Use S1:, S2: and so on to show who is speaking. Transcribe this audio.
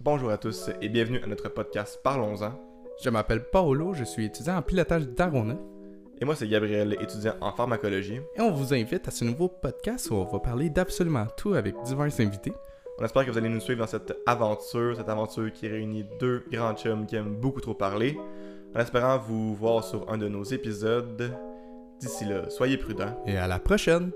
S1: Bonjour à tous et bienvenue à notre podcast Parlons-en.
S2: Je m'appelle Paolo, je suis étudiant en pilotage d'Arona
S1: Et moi, c'est Gabriel, étudiant en pharmacologie.
S2: et on vous invite à ce nouveau podcast où on va parler d'absolument tout avec divers invités.
S1: On espère que vous allez nous suivre dans cette aventure, cette aventure qui réunit deux grands chums qui aiment beaucoup trop parler, en espérant vous voir sur un de nos épisodes. D'ici là, soyez prudents.
S2: Et à la prochaine!